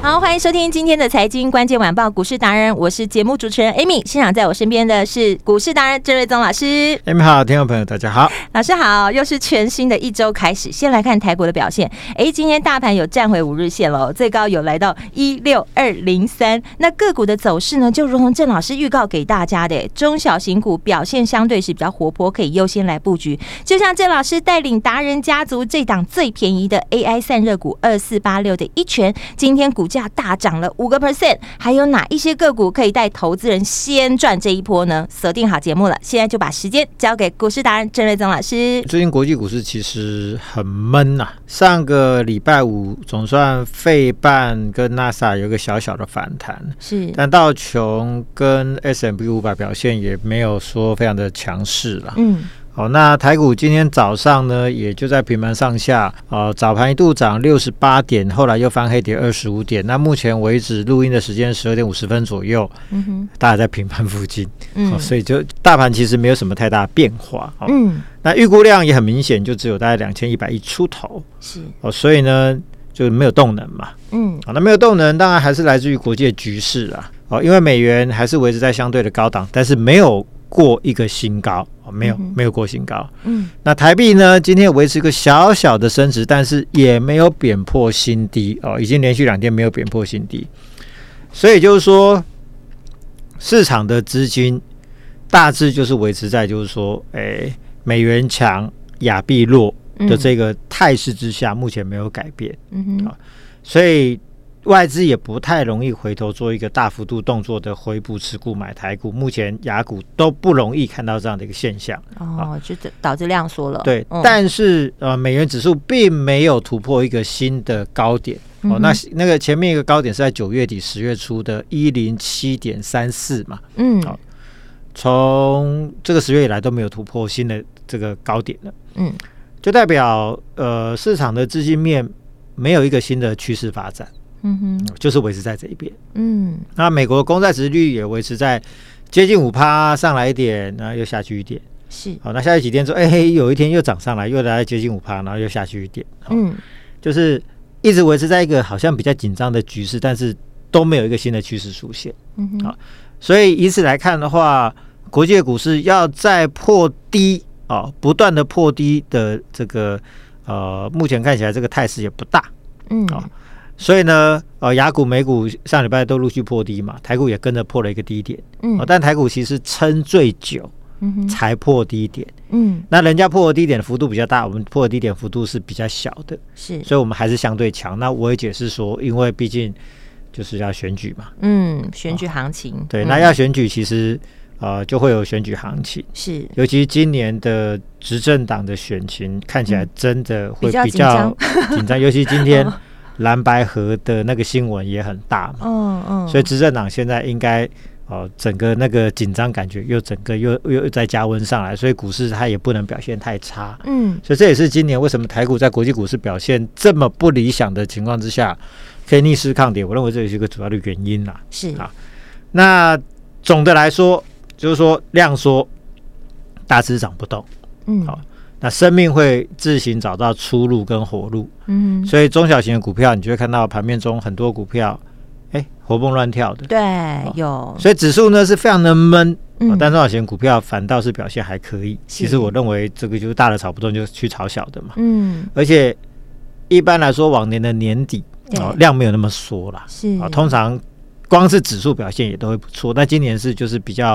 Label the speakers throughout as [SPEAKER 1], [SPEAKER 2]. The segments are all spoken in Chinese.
[SPEAKER 1] 好，欢迎收听今天的财经关键晚报股市达人，我是节目主持人 Amy。现场在我身边的是股市达人郑瑞宗老师，
[SPEAKER 2] M 好，听众朋友大家好。
[SPEAKER 1] 老师好，又是全新的一周开始，先来看台股的表现。诶，今天大盘有站回五日线喽，最高有来到一六二零三。那个股的走势呢，就如同郑老师预告给大家的，中小型股表现相对是比较活泼，可以优先来布局。就像郑老师带领达人家族这档最便宜的 AI 散热股二四八六的一拳，今天股价大涨了五个 percent。还有哪一些个股可以带投资人先赚这一波呢？锁定好节目了，现在就把时间交给股市达人郑瑞宗老师。
[SPEAKER 2] 最近国际股市其实很闷呐、上个礼拜五总算费半跟纳斯达克有个小小的反弹，
[SPEAKER 1] 是
[SPEAKER 2] 但道琼跟 S M P 五百表现也没有说非常的强势了。
[SPEAKER 1] 嗯，
[SPEAKER 2] 好、那台股今天早上呢，也就在平盘上下，呃，早盘一度涨六十八点，后来又翻黑跌二十五点。那目前为止录音的时间十二点五十分左右，
[SPEAKER 1] 嗯哼，
[SPEAKER 2] 大家在平盘附近，
[SPEAKER 1] 嗯
[SPEAKER 2] 哦，所以就大盘其实没有什么太大变化。哦，
[SPEAKER 1] 嗯，
[SPEAKER 2] 那预估量也很明显，就只有大概两千一百亿出头
[SPEAKER 1] 是，
[SPEAKER 2] 哦，所以呢就没有动能嘛。哦
[SPEAKER 1] 嗯
[SPEAKER 2] 好、那没有动能，当然还是来自于国际的局势啊。哦，因为美元还是维持在相对的高档，但是没有过一个新高，哦、没有、
[SPEAKER 1] 嗯哼
[SPEAKER 2] 没有过新高。
[SPEAKER 1] 嗯
[SPEAKER 2] 那台币呢，今天也维持一个小小的升值，但是也没有贬破新低哦，已经连续两天没有贬破新低，所以就是说，市场的资金大致就是维持在就是说，诶、美元强、亚币弱的这个态势之下，目前没有改变，
[SPEAKER 1] 嗯哼，
[SPEAKER 2] 好所以。外资也不太容易回头做一个大幅度动作的回补持股买台股，目前雅股都不容易看到这样的一个现象。
[SPEAKER 1] 哦，就这导致量缩了，
[SPEAKER 2] 对，
[SPEAKER 1] 嗯
[SPEAKER 2] 但是呃，美元指数并没有突破一个新的高点
[SPEAKER 1] 嗯
[SPEAKER 2] 哦。
[SPEAKER 1] 哼
[SPEAKER 2] 那那个前面一个高点是在九月底十月初的一零七点三四嘛，
[SPEAKER 1] 嗯
[SPEAKER 2] 好从这个十月以来都没有突破新的这个高点了，
[SPEAKER 1] 嗯
[SPEAKER 2] 就代表呃市场的资金面没有一个新的趋势发展，
[SPEAKER 1] 嗯哼，
[SPEAKER 2] 就是维持在这一边。
[SPEAKER 1] 嗯
[SPEAKER 2] 那美国公债殖利率也维持在接近五趴上来一点，然后又下去一点。
[SPEAKER 1] 是，
[SPEAKER 2] 好，那下去几天之后，哎、嘿，有一天又涨上来，又来接近五趴，然后又下去一点。好
[SPEAKER 1] 嗯
[SPEAKER 2] 就是一直维持在一个好像比较紧张的局势，但是都没有一个新的趋势出现。
[SPEAKER 1] 嗯哼，
[SPEAKER 2] 好所以以此来看的话，国际的股市要再破低哦，不断的破低的这个呃，目前看起来这个态势也不大。
[SPEAKER 1] 嗯
[SPEAKER 2] 好所以呢，呃，雅股、美股上礼拜都陆续破低嘛，台股也跟着破了一个低点。
[SPEAKER 1] 嗯
[SPEAKER 2] 哦，但台股其实撑最久
[SPEAKER 1] 嗯哼，
[SPEAKER 2] 才破低点，
[SPEAKER 1] 嗯
[SPEAKER 2] 那人家破的低点的幅度比较大，我们破的低点幅度是比较小的。
[SPEAKER 1] 是，
[SPEAKER 2] 所以我们还是相对强。那我也解释说，因为毕竟就是要选举嘛，
[SPEAKER 1] 嗯选举行情，
[SPEAKER 2] 对，
[SPEAKER 1] 嗯
[SPEAKER 2] 那要选举其实呃就会有选举行情，
[SPEAKER 1] 是
[SPEAKER 2] 尤其今年的执政党的选情看起来真的会
[SPEAKER 1] 比较
[SPEAKER 2] 比
[SPEAKER 1] 紧张
[SPEAKER 2] 较紧张，尤其 今天蓝白河的那个新闻也很大嘛，
[SPEAKER 1] 嗯嗯，
[SPEAKER 2] 所以执政党现在应该。哦，整个那个紧张感觉又整个又又又再加温上来，所以股市它也不能表现太差。
[SPEAKER 1] 嗯
[SPEAKER 2] 所以这也是今年为什么台股在国际股市表现这么不理想的情况之下，可以逆势抗跌，我认为这也是一个主要的原因啦。
[SPEAKER 1] 是，
[SPEAKER 2] 好那总的来说，就是说量缩，大市涨不动，
[SPEAKER 1] 嗯
[SPEAKER 2] 好那生命会自行找到出路跟活路。
[SPEAKER 1] 嗯哼，
[SPEAKER 2] 所以中小型的股票，你就会看到盘面中很多股票，哎，活蹦乱跳的。
[SPEAKER 1] 对，有，
[SPEAKER 2] 所以指数呢是非常的闷，哦
[SPEAKER 1] 嗯
[SPEAKER 2] 但中小型股票反倒是表现还可以。
[SPEAKER 1] 是
[SPEAKER 2] 其实我认为这个就是大的炒不动，就去炒小的嘛。
[SPEAKER 1] 嗯
[SPEAKER 2] 而且一般来说，往年的年底
[SPEAKER 1] 对嗯
[SPEAKER 2] 哦量没有那么缩啦，
[SPEAKER 1] 是
[SPEAKER 2] 啊，通常光是指数表现也都会不错，但今年是就是比较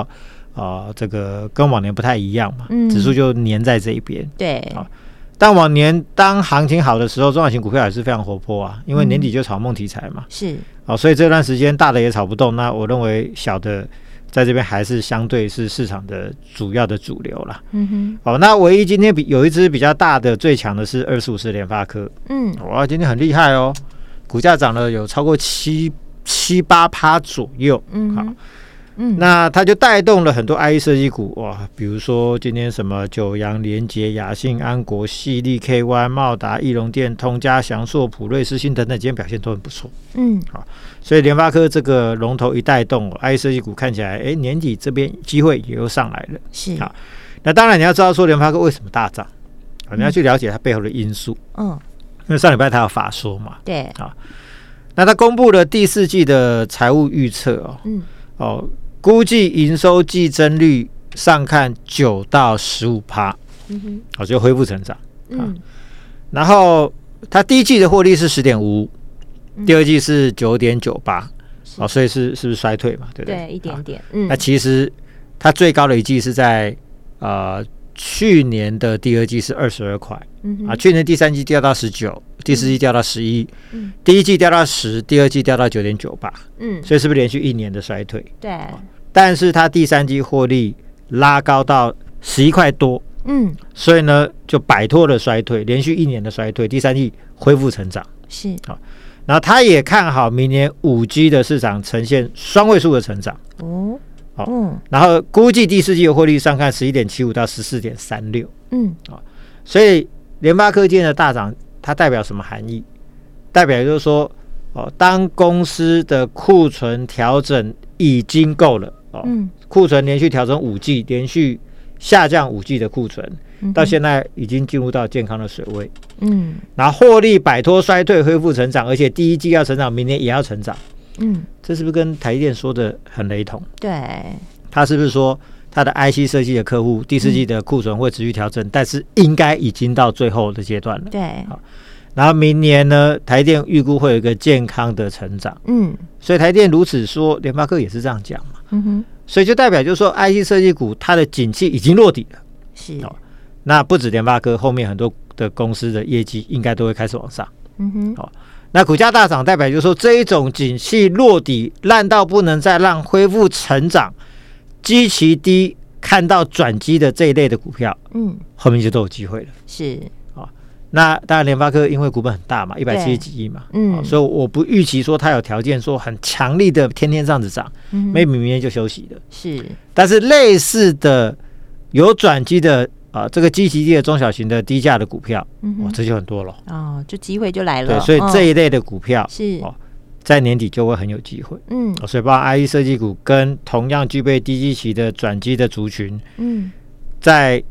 [SPEAKER 2] 啊、呃这个跟往年不太一样嘛，
[SPEAKER 1] 嗯
[SPEAKER 2] 指数就粘在这一边。
[SPEAKER 1] 对，
[SPEAKER 2] 好但往年当行情好的时候，中小型股票也是非常活泼啊，因为年底就炒梦题材嘛，
[SPEAKER 1] 是
[SPEAKER 2] 哦，所以这段时间大的也炒不动，那我认为小的在这边还是相对是市场的主要的主流啦。
[SPEAKER 1] 嗯哼，
[SPEAKER 2] 哦，那唯一今天比有一只比较大的最强的是二十五是联发科，
[SPEAKER 1] 嗯，
[SPEAKER 2] 哇，今天很厉害哦，股价涨了有超过七七八趴左右。
[SPEAKER 1] 嗯
[SPEAKER 2] 好
[SPEAKER 1] 哼，嗯，
[SPEAKER 2] 那它就带动了很多 IE 设计股哇，比如说今天什么九阳、联捷、雅信、安国、系力、KY、茂达、翼龙电、通家、祥硕、普瑞、世信等等，今天表现都很不错。
[SPEAKER 1] 嗯
[SPEAKER 2] 所以联发科这个龙头一带动哦，IE 设计股看起来，哎，年底这边机会也又上来了。
[SPEAKER 1] 是，
[SPEAKER 2] 好那当然你要知道说联发科为什么大涨，啊，你要去了解它背后的因素，
[SPEAKER 1] 嗯，
[SPEAKER 2] 因为上礼拜它有法说嘛，
[SPEAKER 1] 对，
[SPEAKER 2] 那它公布了第四季的财务预测哦，
[SPEAKER 1] 嗯
[SPEAKER 2] 哦，估计营收季增率上看九到十五趴，
[SPEAKER 1] 嗯哼，
[SPEAKER 2] 哦，就恢复成长。
[SPEAKER 1] 嗯
[SPEAKER 2] 然后它第一季的获利是十点五
[SPEAKER 1] 嗯
[SPEAKER 2] 五，第二季是九点九八，哦，所以是是不是衰退嘛？对不对？
[SPEAKER 1] 对，一
[SPEAKER 2] 好
[SPEAKER 1] 点点，嗯
[SPEAKER 2] 那，其实它最高的一季是在呃去年的第二季是二十二块
[SPEAKER 1] 嗯
[SPEAKER 2] 啊，
[SPEAKER 1] 哼，
[SPEAKER 2] 去年第三季掉到十九，第四季掉到十一
[SPEAKER 1] 嗯，
[SPEAKER 2] 第一季掉到十，第二季掉到九点九八，
[SPEAKER 1] 嗯，
[SPEAKER 2] 所以是不是连续一年的衰退？
[SPEAKER 1] 对，
[SPEAKER 2] 但是它第三季获利拉高到十一块多，
[SPEAKER 1] 嗯
[SPEAKER 2] 所以呢就摆脱了衰退，连续一年的衰退，第三季恢复成长。
[SPEAKER 1] 是，
[SPEAKER 2] 然后他也看好明年五 G 的市场呈现双位数的成长，
[SPEAKER 1] 哦，
[SPEAKER 2] 好
[SPEAKER 1] 嗯
[SPEAKER 2] 然后估计第四季的获利上看十一点七五到十四点三六，
[SPEAKER 1] 嗯
[SPEAKER 2] 所以联发科技的大涨，它代表什么含义？代表就是说，哦，当公司的库存调整已经够了，哦，
[SPEAKER 1] 嗯，
[SPEAKER 2] 库存连续调整五季，连续下降五季的库存，
[SPEAKER 1] 嗯
[SPEAKER 2] 到，现在已经进入到健康的水位。
[SPEAKER 1] 嗯
[SPEAKER 2] 然后获利摆脱衰退，恢复成长，而且第一季要成长，明年也要成长。
[SPEAKER 1] 嗯，
[SPEAKER 2] 这是不是跟台积电说的很雷同？
[SPEAKER 1] 对，
[SPEAKER 2] 他是不是说他的 IC 设计的客户第四季的库存会持续调整，但是应该已经到最后的阶段了？
[SPEAKER 1] 对，
[SPEAKER 2] 然后明年呢，台积电预估会有一个健康的成长，
[SPEAKER 1] 嗯
[SPEAKER 2] 所以台积电如此说，联发科也是这样讲嘛。
[SPEAKER 1] 嗯哼，
[SPEAKER 2] 所以就代表就是说，IC 设计股它的景气已经落底了。
[SPEAKER 1] 是，
[SPEAKER 2] 好那不止联发科，后面很多的公司的业绩应该都会开始往上。
[SPEAKER 1] 嗯哼，
[SPEAKER 2] 那股价大涨，代表就是说这一种景气落底烂到不能再烂，恢复成长，基期低，看到转机的这一类的股票，
[SPEAKER 1] 嗯
[SPEAKER 2] 后面就都有机会了。
[SPEAKER 1] 是，
[SPEAKER 2] 那当然，联发科因为股本很大嘛，一百七十几亿嘛，
[SPEAKER 1] 嗯
[SPEAKER 2] 哦所以我不预期说它有条件说很强力的天天这样子涨
[SPEAKER 1] 嗯哼
[SPEAKER 2] ，maybe 明天就休息了。
[SPEAKER 1] 是，
[SPEAKER 2] 但是类似的有转机的啊、这个基期低的中小型的低价的股票，
[SPEAKER 1] 嗯
[SPEAKER 2] 哇，
[SPEAKER 1] 哼，
[SPEAKER 2] 这就很多了。
[SPEAKER 1] 哦，就机会就来
[SPEAKER 2] 对
[SPEAKER 1] 了，，
[SPEAKER 2] 所以
[SPEAKER 1] 嗯
[SPEAKER 2] 这一类的股票
[SPEAKER 1] 是，
[SPEAKER 2] 哦在年底就会很有机会。
[SPEAKER 1] 嗯
[SPEAKER 2] 哦所以包括 IE 设计股跟同样具备低基期的转机的族群，
[SPEAKER 1] 嗯
[SPEAKER 2] 在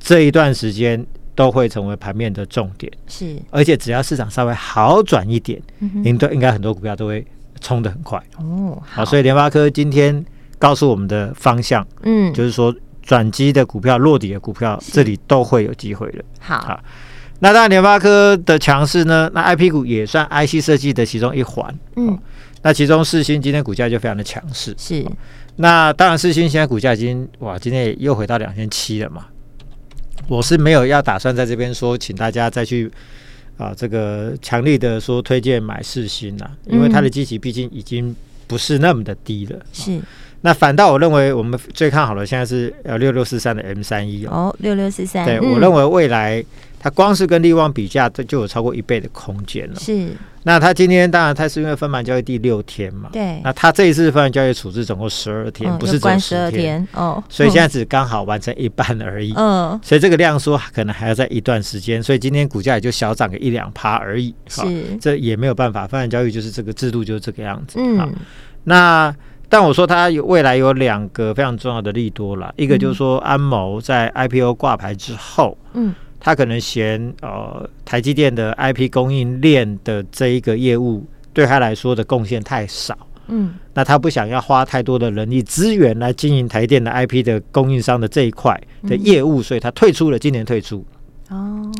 [SPEAKER 2] 这一段时间都会成为盘面的重点。
[SPEAKER 1] 是，
[SPEAKER 2] 而且只要市场稍微好转一点，
[SPEAKER 1] 嗯哼，
[SPEAKER 2] 您都应该很多股票都会冲得很快。
[SPEAKER 1] 哦，
[SPEAKER 2] 嗯好、所以联发科今天告诉我们的方向，
[SPEAKER 1] 嗯，
[SPEAKER 2] 就是说转机的股票、落底的股票，这里都会有机会的。
[SPEAKER 1] 好
[SPEAKER 2] 好，那当然，联发科的强势呢，那 IP 股也算 IC 设计的其中一环。
[SPEAKER 1] 嗯
[SPEAKER 2] 那其中世新今天股价就非常的强势，
[SPEAKER 1] 是，
[SPEAKER 2] 那当然世新现在股价已经哇，今天也又回到两千七了嘛。我是没有要打算在这边说，请大家再去啊、这个强力的说推荐买世新啦，因为它的基期毕竟已经不是那么的低了。
[SPEAKER 1] 是
[SPEAKER 2] 那反倒我认为我们最看好的现在是呃六六四三的 M 三一哦，
[SPEAKER 1] 哦，六六四三，
[SPEAKER 2] 对、
[SPEAKER 1] 嗯
[SPEAKER 2] 我认为未来它光是跟利旺比价，这就有超过一倍的空间了。
[SPEAKER 1] 是，
[SPEAKER 2] 那它今天当然它是因为分盘交易第六天嘛，
[SPEAKER 1] 对，
[SPEAKER 2] 那它这一次分盘交易处置总共十二天，
[SPEAKER 1] 哎嗯
[SPEAKER 2] 不
[SPEAKER 1] 又
[SPEAKER 2] 是只有
[SPEAKER 1] 关十
[SPEAKER 2] 10
[SPEAKER 1] 二，天哦，
[SPEAKER 2] 所以现在
[SPEAKER 1] 在
[SPEAKER 2] 只刚好完成一半而已。
[SPEAKER 1] 嗯
[SPEAKER 2] 所以这个量缩可能还要在一段时间，所以今天股价也就小涨个一两趴而已。好
[SPEAKER 1] 是，
[SPEAKER 2] 这也没有办法，分盘交易就是这个制度就是这个样子。好
[SPEAKER 1] 嗯
[SPEAKER 2] 那但我说它有未来有两个非常重要的利多啦，一个就是说安谋在 IPO 挂牌之后，
[SPEAKER 1] 嗯
[SPEAKER 2] 它可能嫌呃台积电的 IP 供应链的这一个业务对它来说的贡献太少。
[SPEAKER 1] 嗯
[SPEAKER 2] 那他不想要花太多的人力资源来经营台电的 IP 的供应商的这一块
[SPEAKER 1] 嗯
[SPEAKER 2] 的业务，所以他退出了，今年退出。
[SPEAKER 1] 哦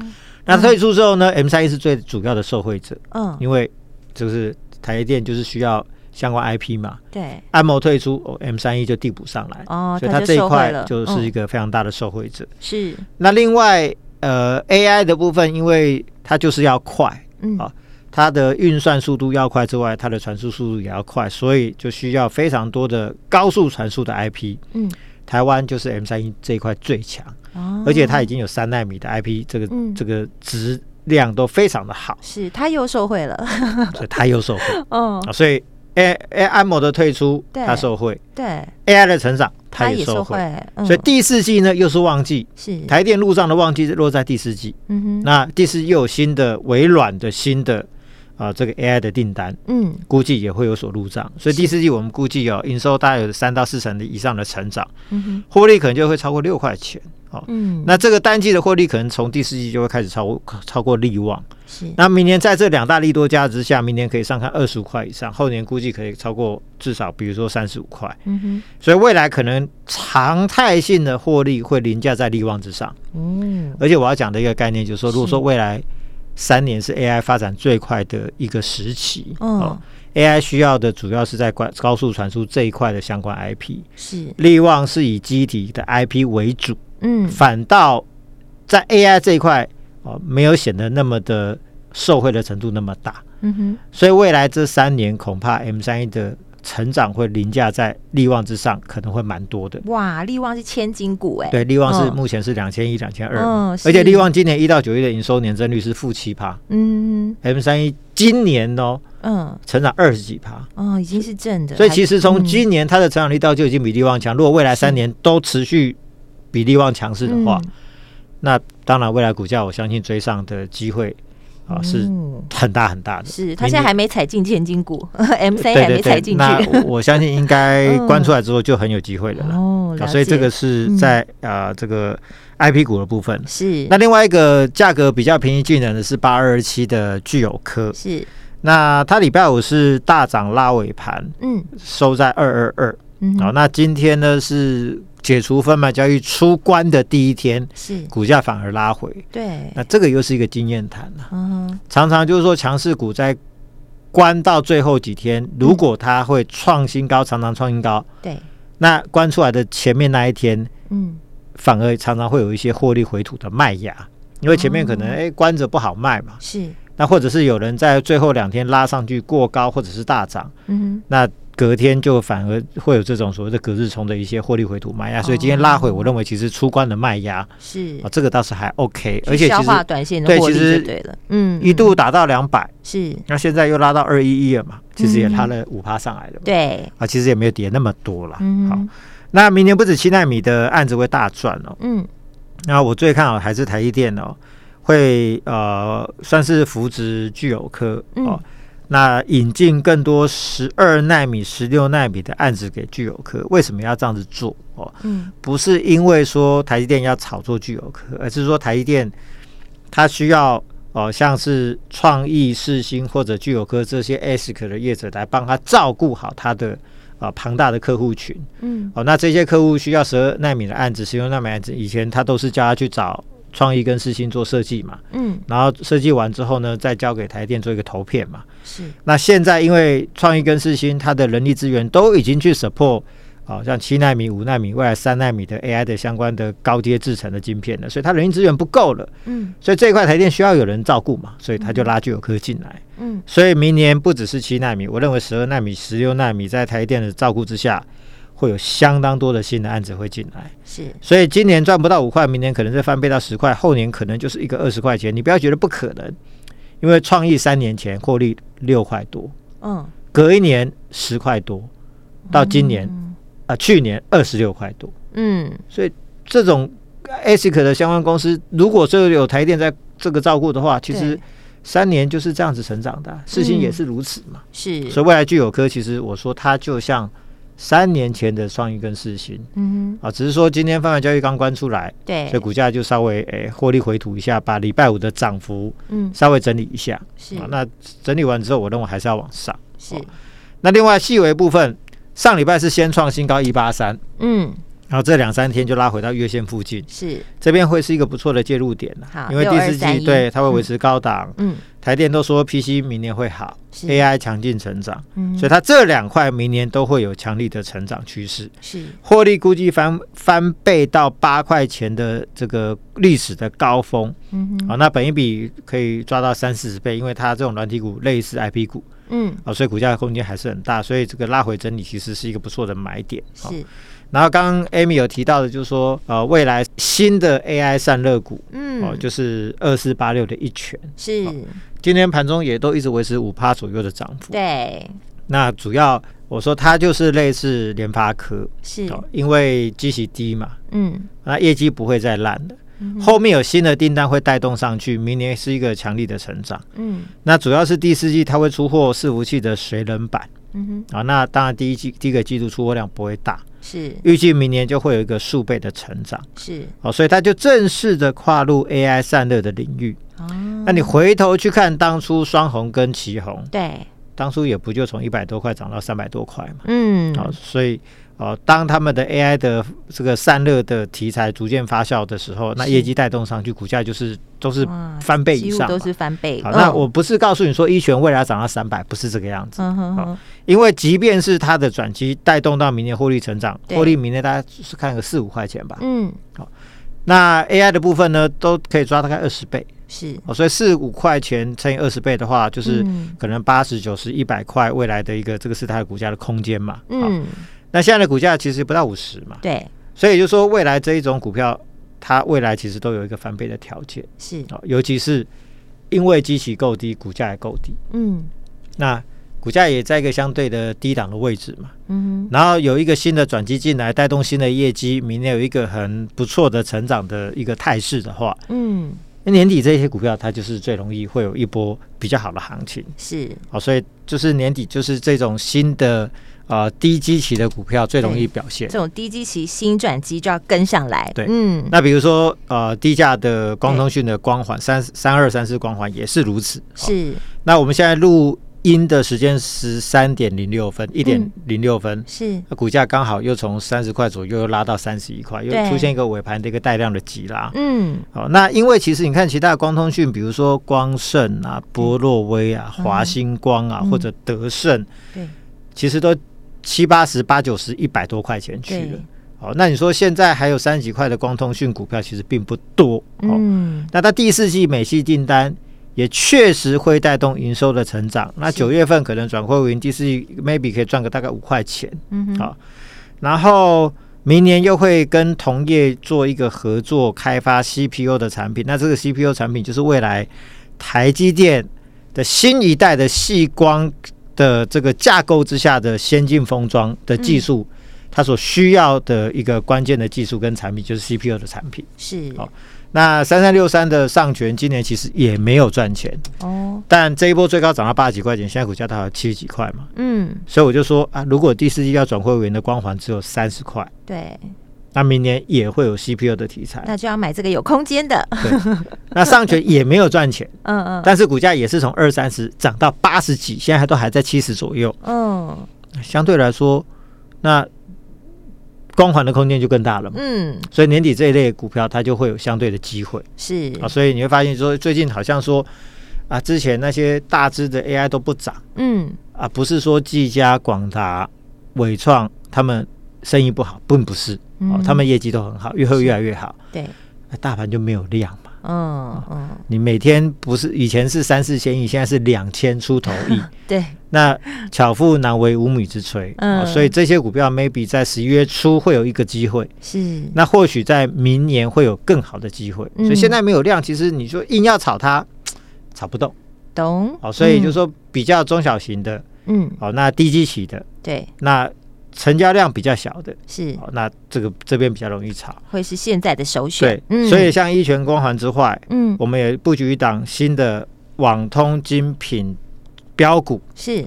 [SPEAKER 2] 那退出之后呢，M 三一是最主要的受惠者，
[SPEAKER 1] 嗯
[SPEAKER 2] 因为就是台电就是需要相关 IP 嘛。
[SPEAKER 1] 对
[SPEAKER 2] 安谋退出，哦，M 三一就递补上来，
[SPEAKER 1] 哦
[SPEAKER 2] 所以
[SPEAKER 1] 它就
[SPEAKER 2] 它这一
[SPEAKER 1] 受惠
[SPEAKER 2] 块
[SPEAKER 1] 了
[SPEAKER 2] 就是
[SPEAKER 1] 嗯
[SPEAKER 2] 一个非常大的受惠者。
[SPEAKER 1] 是
[SPEAKER 2] 那另外，呃，AI 的部分，因为它就是要快，
[SPEAKER 1] 嗯
[SPEAKER 2] 好它的运算速度要快之外，它的传输速度也要快，所以就需要非常多的高速传输的 IP。
[SPEAKER 1] 嗯，
[SPEAKER 2] 台湾就是 M 三一这一块最强，
[SPEAKER 1] 哦
[SPEAKER 2] 而且它已经有三纳米的 IP，这个、
[SPEAKER 1] 嗯，
[SPEAKER 2] 这个质量都非常的好
[SPEAKER 1] 是他又受惠了，
[SPEAKER 2] 所以它又受惠
[SPEAKER 1] 嗯，
[SPEAKER 2] 啊。所以 A A 安某的退出，
[SPEAKER 1] 对
[SPEAKER 2] 它受惠
[SPEAKER 1] 对，
[SPEAKER 2] ；AI 的成长，它
[SPEAKER 1] 他
[SPEAKER 2] 也
[SPEAKER 1] 也
[SPEAKER 2] 受
[SPEAKER 1] 受
[SPEAKER 2] 惠。
[SPEAKER 1] 惠，嗯
[SPEAKER 2] 所以第四季呢又是旺季，
[SPEAKER 1] 是，
[SPEAKER 2] 台电路上的旺季是落在第四季。
[SPEAKER 1] 嗯哼，
[SPEAKER 2] 那第四又有新的微软的新的啊、这个 AI 的订单，
[SPEAKER 1] 嗯，
[SPEAKER 2] 估计也会有所入账。所以第四季我们估计哦，营收大概有三到四成的以上的成长，
[SPEAKER 1] 嗯哼，
[SPEAKER 2] 获利可能就会超过六块钱。哦，
[SPEAKER 1] 嗯，
[SPEAKER 2] 那这个单季的获利可能从第四季就会开始超过超过利旺。
[SPEAKER 1] 是，
[SPEAKER 2] 那明年在这两大利多加之下，明年可以上看二十五块以上，后年估计可以超过至少比如说三十五块。
[SPEAKER 1] 嗯哼，
[SPEAKER 2] 所以未来可能常态性的获利会凌驾在利旺之上。
[SPEAKER 1] 嗯，
[SPEAKER 2] 而且我要讲的一个概念就是说，如果
[SPEAKER 1] 是
[SPEAKER 2] 说未来三年是 AI 发展最快的一个时期，哦
[SPEAKER 1] 嗯
[SPEAKER 2] a i 需要的主要是在高高速传输这一块的相关 IP，
[SPEAKER 1] 是，
[SPEAKER 2] 力旺是以机体的 IP 为主，
[SPEAKER 1] 嗯，
[SPEAKER 2] 反倒在 AI 这一块哦，没有显得那么的受惠的程度那么大，
[SPEAKER 1] 嗯哼，
[SPEAKER 2] 所以未来这三年恐怕 M 三一的成长会凌驾在力旺之上，可能会蛮多的。
[SPEAKER 1] 哇，力旺是千金股哎，
[SPEAKER 2] 对，力旺是
[SPEAKER 1] 嗯
[SPEAKER 2] 目前是两千一、两千二，
[SPEAKER 1] 嗯
[SPEAKER 2] 而且
[SPEAKER 1] 是
[SPEAKER 2] 力旺今年一到九月的营收年增率是负七趴
[SPEAKER 1] 嗯
[SPEAKER 2] ，M 三一今年哦
[SPEAKER 1] 嗯
[SPEAKER 2] 成长二十几趴，
[SPEAKER 1] 哦，已经是正的，
[SPEAKER 2] 所以其实从
[SPEAKER 1] 嗯
[SPEAKER 2] 今年它的成长力道就已经比力旺强。如果未来三年都持续比力旺强势的话，
[SPEAKER 1] 嗯
[SPEAKER 2] 那当然未来股价我相信追上的机会啊是
[SPEAKER 1] 嗯
[SPEAKER 2] 很大很大的。
[SPEAKER 1] 是他现在
[SPEAKER 2] 明
[SPEAKER 1] 还没踩进千金股 ，M 三
[SPEAKER 2] 对
[SPEAKER 1] 还
[SPEAKER 2] 对
[SPEAKER 1] 没
[SPEAKER 2] 对
[SPEAKER 1] 踩，进
[SPEAKER 2] 那
[SPEAKER 1] 去，
[SPEAKER 2] 我我相信应该
[SPEAKER 1] 嗯
[SPEAKER 2] 关出来之后就很有机会了啦。
[SPEAKER 1] 哦
[SPEAKER 2] 啊，所以这个
[SPEAKER 1] 了解
[SPEAKER 2] 是
[SPEAKER 1] 嗯
[SPEAKER 2] 在啊这个 IP 股的部分。
[SPEAKER 1] 是
[SPEAKER 2] 那另外一个价格比较便宜技能的是八二七的聚友科，
[SPEAKER 1] 是，
[SPEAKER 2] 那它礼拜五是大涨拉尾盘，
[SPEAKER 1] 嗯
[SPEAKER 2] 收在二二二。
[SPEAKER 1] 嗯
[SPEAKER 2] 好，
[SPEAKER 1] 哼，
[SPEAKER 2] 那今天呢是解除分买交易出关的第一天，
[SPEAKER 1] 是
[SPEAKER 2] 股价反而拉回。
[SPEAKER 1] 对，
[SPEAKER 2] 那这个又是一个经验谈了、
[SPEAKER 1] 嗯哼，
[SPEAKER 2] 常常就是说强势股在关到最后几天，如果它会创新高，常常创新高，
[SPEAKER 1] 对，
[SPEAKER 2] 那关出来的前面那一天，
[SPEAKER 1] 嗯
[SPEAKER 2] 反而常常会有一些获利回吐的卖压，因为前面
[SPEAKER 1] 哦
[SPEAKER 2] 可能哎、关着不好卖嘛，
[SPEAKER 1] 是，
[SPEAKER 2] 那或者是有人在最后两天拉上去过高，或者是大涨，
[SPEAKER 1] 嗯
[SPEAKER 2] 那隔天就反而会有这种所谓的隔日冲的一些获利回吐卖压，
[SPEAKER 1] 哦
[SPEAKER 2] 所以今天拉回，我认为其实出关的卖压啊
[SPEAKER 1] 哼，是，
[SPEAKER 2] 这个倒是还 OK，
[SPEAKER 1] 嗯去
[SPEAKER 2] 而且
[SPEAKER 1] 消
[SPEAKER 2] 其
[SPEAKER 1] 化
[SPEAKER 2] 实
[SPEAKER 1] 短线的
[SPEAKER 2] 对
[SPEAKER 1] 获
[SPEAKER 2] 其
[SPEAKER 1] 利
[SPEAKER 2] 实
[SPEAKER 1] 就对了，嗯，
[SPEAKER 2] 一
[SPEAKER 1] 嗯
[SPEAKER 2] 度打到两百，
[SPEAKER 1] 是
[SPEAKER 2] 那现在又拉到二一一了嘛，其实也
[SPEAKER 1] 嗯
[SPEAKER 2] 拉了五趴上来了嘛，
[SPEAKER 1] 对，
[SPEAKER 2] 啊，其实也没有跌那么多啦。
[SPEAKER 1] 嗯
[SPEAKER 2] 好
[SPEAKER 1] 哼，
[SPEAKER 2] 那明年不止七纳米的案子会大赚哦，
[SPEAKER 1] 嗯
[SPEAKER 2] 那我最看好还是台积电哦，会呃算是扶植具有科
[SPEAKER 1] 嗯
[SPEAKER 2] 哦。那引进更多十二纳米、十六纳米的案子给具有科，为什么要这样子做？哦，
[SPEAKER 1] 嗯
[SPEAKER 2] 不是因为说台积电要炒作具有科，而是说台积电它需要哦，像是创意、世新或者具有科这些 ASIC 的业者来帮他照顾好他的啊庞大的客户群。
[SPEAKER 1] 嗯
[SPEAKER 2] 哦，那这些客户需要十二纳米的案子、十六纳米案子，以前他都是叫他去找创意跟世新做设计嘛，
[SPEAKER 1] 嗯
[SPEAKER 2] 然后设计完之后呢，再交给台电做一个投片嘛。
[SPEAKER 1] 是，
[SPEAKER 2] 那现在因为创意跟世新，它的人力资源都已经去 support 啊、像七纳米、五纳米、未来三纳米的 AI 的相关的高阶制成的晶片了，所以它人力资源不够了，
[SPEAKER 1] 嗯
[SPEAKER 2] 所以这一块台电需要有人照顾嘛，所以他就拉具有科进来。
[SPEAKER 1] 嗯
[SPEAKER 2] 所以明年不只是七纳米，我认为十二纳米、十六纳米在台电的照顾之下，会有相当多的新的案子会进来。
[SPEAKER 1] 是，
[SPEAKER 2] 所以今年赚不到五块，明年可能再翻倍到十块，后年可能就是一个二十块钱。你不要觉得不可能，因为创意三年前获利六块多，
[SPEAKER 1] 嗯
[SPEAKER 2] 隔一年十块多，到今年啊、呃去年二十六块多。
[SPEAKER 1] 嗯
[SPEAKER 2] 所以这种 ASIC 的相关公司，如果说有台电在这个照顾的话，其实
[SPEAKER 1] 对
[SPEAKER 2] 三年就是这样子成长的啊，事情也是如此嘛。
[SPEAKER 1] 是，
[SPEAKER 2] 所以未来具有科，其实我说它就像三年前的创意跟世新
[SPEAKER 1] 嗯
[SPEAKER 2] 啊，只是说今天泛泛交易刚关出来
[SPEAKER 1] 哼，对
[SPEAKER 2] 所以，股价就稍微诶获利回吐一下，把礼拜五的涨幅
[SPEAKER 1] 嗯
[SPEAKER 2] 稍微整理一下
[SPEAKER 1] 是
[SPEAKER 2] 啊。那整理完之后，我认为还是要往上。
[SPEAKER 1] 是，
[SPEAKER 2] 那另外细微部分，上礼拜是先创新高一八三，
[SPEAKER 1] 嗯
[SPEAKER 2] 然后这两三天就拉回到月线附近。
[SPEAKER 1] 是，
[SPEAKER 2] 这边会是一个不错的介入点啊
[SPEAKER 1] 好
[SPEAKER 2] 因为第四季
[SPEAKER 1] 6231
[SPEAKER 2] 对它会维持高档，
[SPEAKER 1] 嗯
[SPEAKER 2] 台电都说 PC 明年会好
[SPEAKER 1] 是
[SPEAKER 2] ，AI 强劲成长，
[SPEAKER 1] 嗯
[SPEAKER 2] 所以它这两块明年都会有强力的成长趋势，
[SPEAKER 1] 是
[SPEAKER 2] 获利估计翻翻倍到八块钱的这个历史的高峰。
[SPEAKER 1] 嗯哼
[SPEAKER 2] 啊，那本一比可以抓到三四十倍，因为它这种软体股类似 IP 股
[SPEAKER 1] 嗯
[SPEAKER 2] 啊，所以股价的空间还是很大，所以这个拉回整理其实是一个不错的买点。啊
[SPEAKER 1] 是
[SPEAKER 2] 然后刚刚 Amy 有提到的，就是说呃，未来新的 AI 散热股哦、
[SPEAKER 1] 嗯
[SPEAKER 2] 就是二四八六的一拳，
[SPEAKER 1] 是
[SPEAKER 2] 今天盘中也都一直维持五趴左右的涨幅。
[SPEAKER 1] 对
[SPEAKER 2] 那主要我说它就是类似联发科
[SPEAKER 1] 是
[SPEAKER 2] 哦，因为基期低嘛，
[SPEAKER 1] 嗯
[SPEAKER 2] 那业绩不会再烂的。后面有新的订单会带动上去，明年是一个强力的成长。
[SPEAKER 1] 嗯
[SPEAKER 2] 那主要是第四季它会出货伺服器的水冷版
[SPEAKER 1] 嗯哼
[SPEAKER 2] 啊，那当然第一季第一个季度出货量不会大，
[SPEAKER 1] 是
[SPEAKER 2] 预计明年就会有一个数倍的成长
[SPEAKER 1] 是
[SPEAKER 2] 哦，所以它就正式的跨入 AI 散热的领域。
[SPEAKER 1] 哦
[SPEAKER 2] 那你回头去看当初双红跟旗红，
[SPEAKER 1] 对
[SPEAKER 2] 当初也不就从一百多块涨到三百多块嘛，
[SPEAKER 1] 嗯
[SPEAKER 2] 啊、所以。哦，当他们的 AI 的这个散热的题材逐渐发酵的时候，那
[SPEAKER 1] 是
[SPEAKER 2] 业绩带动上去，股价就是都是
[SPEAKER 1] 哇
[SPEAKER 2] 翻倍以
[SPEAKER 1] 几乎
[SPEAKER 2] 上嘛。
[SPEAKER 1] 都是翻倍
[SPEAKER 2] 好，那
[SPEAKER 1] 嗯
[SPEAKER 2] 我不是告诉你说一拳未来要涨到三百，不是这个样子，
[SPEAKER 1] 嗯哼
[SPEAKER 2] 好
[SPEAKER 1] 哼
[SPEAKER 2] 因为即便是它的转机带动到明年获利成长，
[SPEAKER 1] 对
[SPEAKER 2] 获利明年大家是看个四五块钱吧。
[SPEAKER 1] 嗯
[SPEAKER 2] 那 AI 的部分呢，都可以抓大概二十倍
[SPEAKER 1] 是
[SPEAKER 2] 哦，所以四五块钱乘以二十倍的话，就是
[SPEAKER 1] 嗯
[SPEAKER 2] 可能八十九十一百块未来的一个这个是它的股价的空间嘛。哦，
[SPEAKER 1] 嗯
[SPEAKER 2] 那现在的股价其实不到五十嘛，
[SPEAKER 1] 对
[SPEAKER 2] 所以也就是说未来这一种股票，它未来其实都有一个翻倍的条件
[SPEAKER 1] 是
[SPEAKER 2] 哦，尤其是因为基期够低，股价也够低。
[SPEAKER 1] 嗯
[SPEAKER 2] 那股价也在一个相对的低档的位置嘛，
[SPEAKER 1] 嗯
[SPEAKER 2] 然后有一个新的转机进来，带动新的业绩，明年有一个很不错的成长的一个态势的话，
[SPEAKER 1] 哼嗯
[SPEAKER 2] 那年底这些股票它就是最容易会有一波比较好的行情
[SPEAKER 1] 是
[SPEAKER 2] 好，所以就是年底就是这种新的呃低基期的股票最容易表现
[SPEAKER 1] 这。种低基期新转机就要跟上来
[SPEAKER 2] 对
[SPEAKER 1] 嗯
[SPEAKER 2] 那比如说呃低价的光通讯的光环三三二三四光环也是如此。好
[SPEAKER 1] 是
[SPEAKER 2] 那我们现在录音的时间十三点零六分，一
[SPEAKER 1] 嗯
[SPEAKER 2] 点零六分。
[SPEAKER 1] 是
[SPEAKER 2] 那股价刚好又从三十块左右又拉到三十一块，又
[SPEAKER 1] 对
[SPEAKER 2] 出现一个尾盘的一个带量的急拉。
[SPEAKER 1] 嗯
[SPEAKER 2] 好、那因为其实你看其他的光通讯，比如说光盛啊、波洛威啊、华星光啊，
[SPEAKER 1] 嗯
[SPEAKER 2] 或者德胜，
[SPEAKER 1] 对
[SPEAKER 2] 其实都七八十、八九十、一百多块钱去了
[SPEAKER 1] 对。
[SPEAKER 2] 好、那你说现在还有三十几块的光通讯股票，其实并不多。哦，
[SPEAKER 1] 嗯
[SPEAKER 2] 那它第四季美系订单也确实会带动营收的成长。那
[SPEAKER 1] 是
[SPEAKER 2] 九月份可能转亏为盈，第四季 maybe 可以赚个大概五块钱。
[SPEAKER 1] 嗯哼
[SPEAKER 2] 好然后明年又会跟同业做一个合作，开发 CPU 的产品。那这个 CPU 产品就是未来台积电的新一代的细光的这个架构之下的先进封装的技术，它所需要的一个关键的技术跟产品就是 CPU 的产品。
[SPEAKER 1] 是
[SPEAKER 2] 好那三三六三的上权今年其实也没有赚钱，
[SPEAKER 1] 哦
[SPEAKER 2] 但这一波最高涨到八十几块钱，现在股价大概七十几块嘛，
[SPEAKER 1] 嗯
[SPEAKER 2] 所以我就说啊，如果第四季要转会员的光环只有三十块。
[SPEAKER 1] 对，
[SPEAKER 2] 那明年也会有 CPU 的题材，
[SPEAKER 1] 那就要买这个有空间的，
[SPEAKER 2] 那上权也没有赚钱，
[SPEAKER 1] 嗯嗯
[SPEAKER 2] 但是股价也是从二三十涨到八十几，现在都还在七十左右，
[SPEAKER 1] 嗯
[SPEAKER 2] 相对来说，那光环的空间就更大了嘛。
[SPEAKER 1] 嗯
[SPEAKER 2] 所以年底这一类股票，它就会有相对的机会
[SPEAKER 1] 是
[SPEAKER 2] 啊。所以你会发现说，最近好像说啊，之前那些大只的 AI 都不涨
[SPEAKER 1] 嗯
[SPEAKER 2] 啊，不是说技嘉、广达、伟创他们生意不好，并不是哦
[SPEAKER 1] 嗯，
[SPEAKER 2] 他们业绩都很好，越会越来越好，
[SPEAKER 1] 对
[SPEAKER 2] 那大盘就没有量嘛。
[SPEAKER 1] 嗯嗯
[SPEAKER 2] 你每天不是以前是三四千亿，现在是两千出头 亿。
[SPEAKER 1] 对
[SPEAKER 2] 那巧妇难为无米之炊，
[SPEAKER 1] 嗯
[SPEAKER 2] 哦所以这些股票 maybe 在十一月初会有一个机会，
[SPEAKER 1] 是
[SPEAKER 2] 那或许在明年会有更好的机会。
[SPEAKER 1] 嗯
[SPEAKER 2] 所以现在没有量，其实你说硬要炒它，炒不动。
[SPEAKER 1] 懂
[SPEAKER 2] 好、所以就
[SPEAKER 1] 嗯
[SPEAKER 2] 说比较中小型的，
[SPEAKER 1] 嗯
[SPEAKER 2] 好、那低基期的，
[SPEAKER 1] 对
[SPEAKER 2] 那成交量比较小的，
[SPEAKER 1] 是
[SPEAKER 2] 好、那这个这边比较容易炒。
[SPEAKER 1] 会是嗯现在的首选
[SPEAKER 2] 对，，所以像一拳光环之坏，
[SPEAKER 1] 嗯
[SPEAKER 2] 我们也布局一档新的网通精品标股。
[SPEAKER 1] 是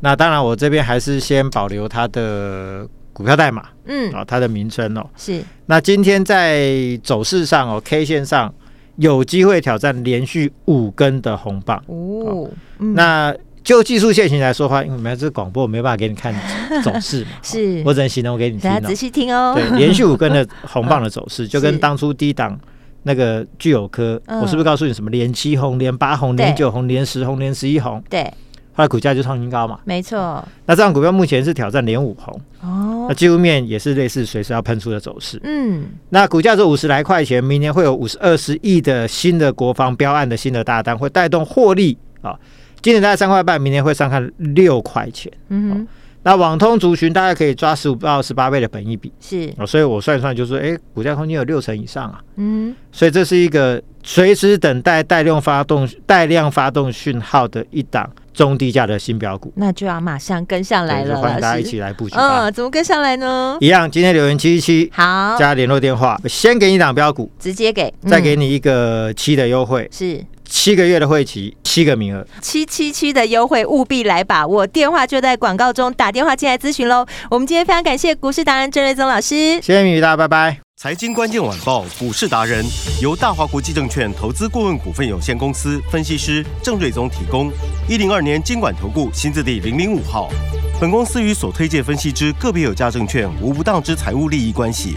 [SPEAKER 2] 那当然，我这边还是先保留它的股票代码
[SPEAKER 1] 嗯
[SPEAKER 2] 啊、它的名称哦。
[SPEAKER 1] 是
[SPEAKER 2] 那今天在走势上哦，K 线上有机会挑战连续五根的红棒。
[SPEAKER 1] 哦嗯
[SPEAKER 2] 那就技术线型来说的话，因为我们这广播我没办法给你看 走势嘛，哦
[SPEAKER 1] 是
[SPEAKER 2] 我只能形容给你听
[SPEAKER 1] 大家
[SPEAKER 2] 哦
[SPEAKER 1] 仔。细听哦，嗯
[SPEAKER 2] 对，连续五根的红棒的走势，就跟
[SPEAKER 1] 是
[SPEAKER 2] 当初低档那个具有科，
[SPEAKER 1] 嗯
[SPEAKER 2] 我是不是告诉你什么连七红、连八红、连
[SPEAKER 1] 对
[SPEAKER 2] 九红、连十红、连十一红？
[SPEAKER 1] 对，
[SPEAKER 2] 后来股价就创新高嘛。
[SPEAKER 1] 没错，
[SPEAKER 2] 那这样股票目前是挑战连五红，那
[SPEAKER 1] 哦，
[SPEAKER 2] 技术面也是类似随时要喷出的走势。
[SPEAKER 1] 嗯，
[SPEAKER 2] 那股价是五十来块钱，明年会有五十二十亿的新的国防标案的新的大单，会带动获利啊。今年大概三块半，明年会上看六块钱。
[SPEAKER 1] 嗯哼，
[SPEAKER 2] 那网通族群大概可以抓十五到十八倍的本益比
[SPEAKER 1] 是，
[SPEAKER 2] 啊，所以我算一算就是说，哎，股价空间有六成以上啊，
[SPEAKER 1] 嗯
[SPEAKER 2] 所以这是一个随时等待带量发动带量发动讯号的一档中低价的新标股
[SPEAKER 1] 哼，。那就要马上跟上来
[SPEAKER 2] 对
[SPEAKER 1] 了，
[SPEAKER 2] 就欢迎大家
[SPEAKER 1] 老
[SPEAKER 2] 一
[SPEAKER 1] 师
[SPEAKER 2] 起。来布局吧。
[SPEAKER 1] 嗯，怎么跟上来呢？
[SPEAKER 2] 一样，今天留言七七七
[SPEAKER 1] 好，
[SPEAKER 2] 加联络电话，先给你一档标股，
[SPEAKER 1] 直接给，
[SPEAKER 2] 再给
[SPEAKER 1] 嗯
[SPEAKER 2] 你一个七的优惠，
[SPEAKER 1] 是
[SPEAKER 2] 七个月的会期，七个名额。
[SPEAKER 1] 七七七的优惠，务必来把握。电话就在广告中，打电话进来咨询喽。我们今天非常感谢股市达人郑瑞宗老师。
[SPEAKER 2] 谢谢米大，拜拜。
[SPEAKER 3] 财经关键晚报股市达人由大华国际证券投资顾问股份有限公司分析师郑瑞宗提供。一零二年经管投顾新字第零零五号。本公司与所推介分析之个别有价证券无不当之财务利益关系。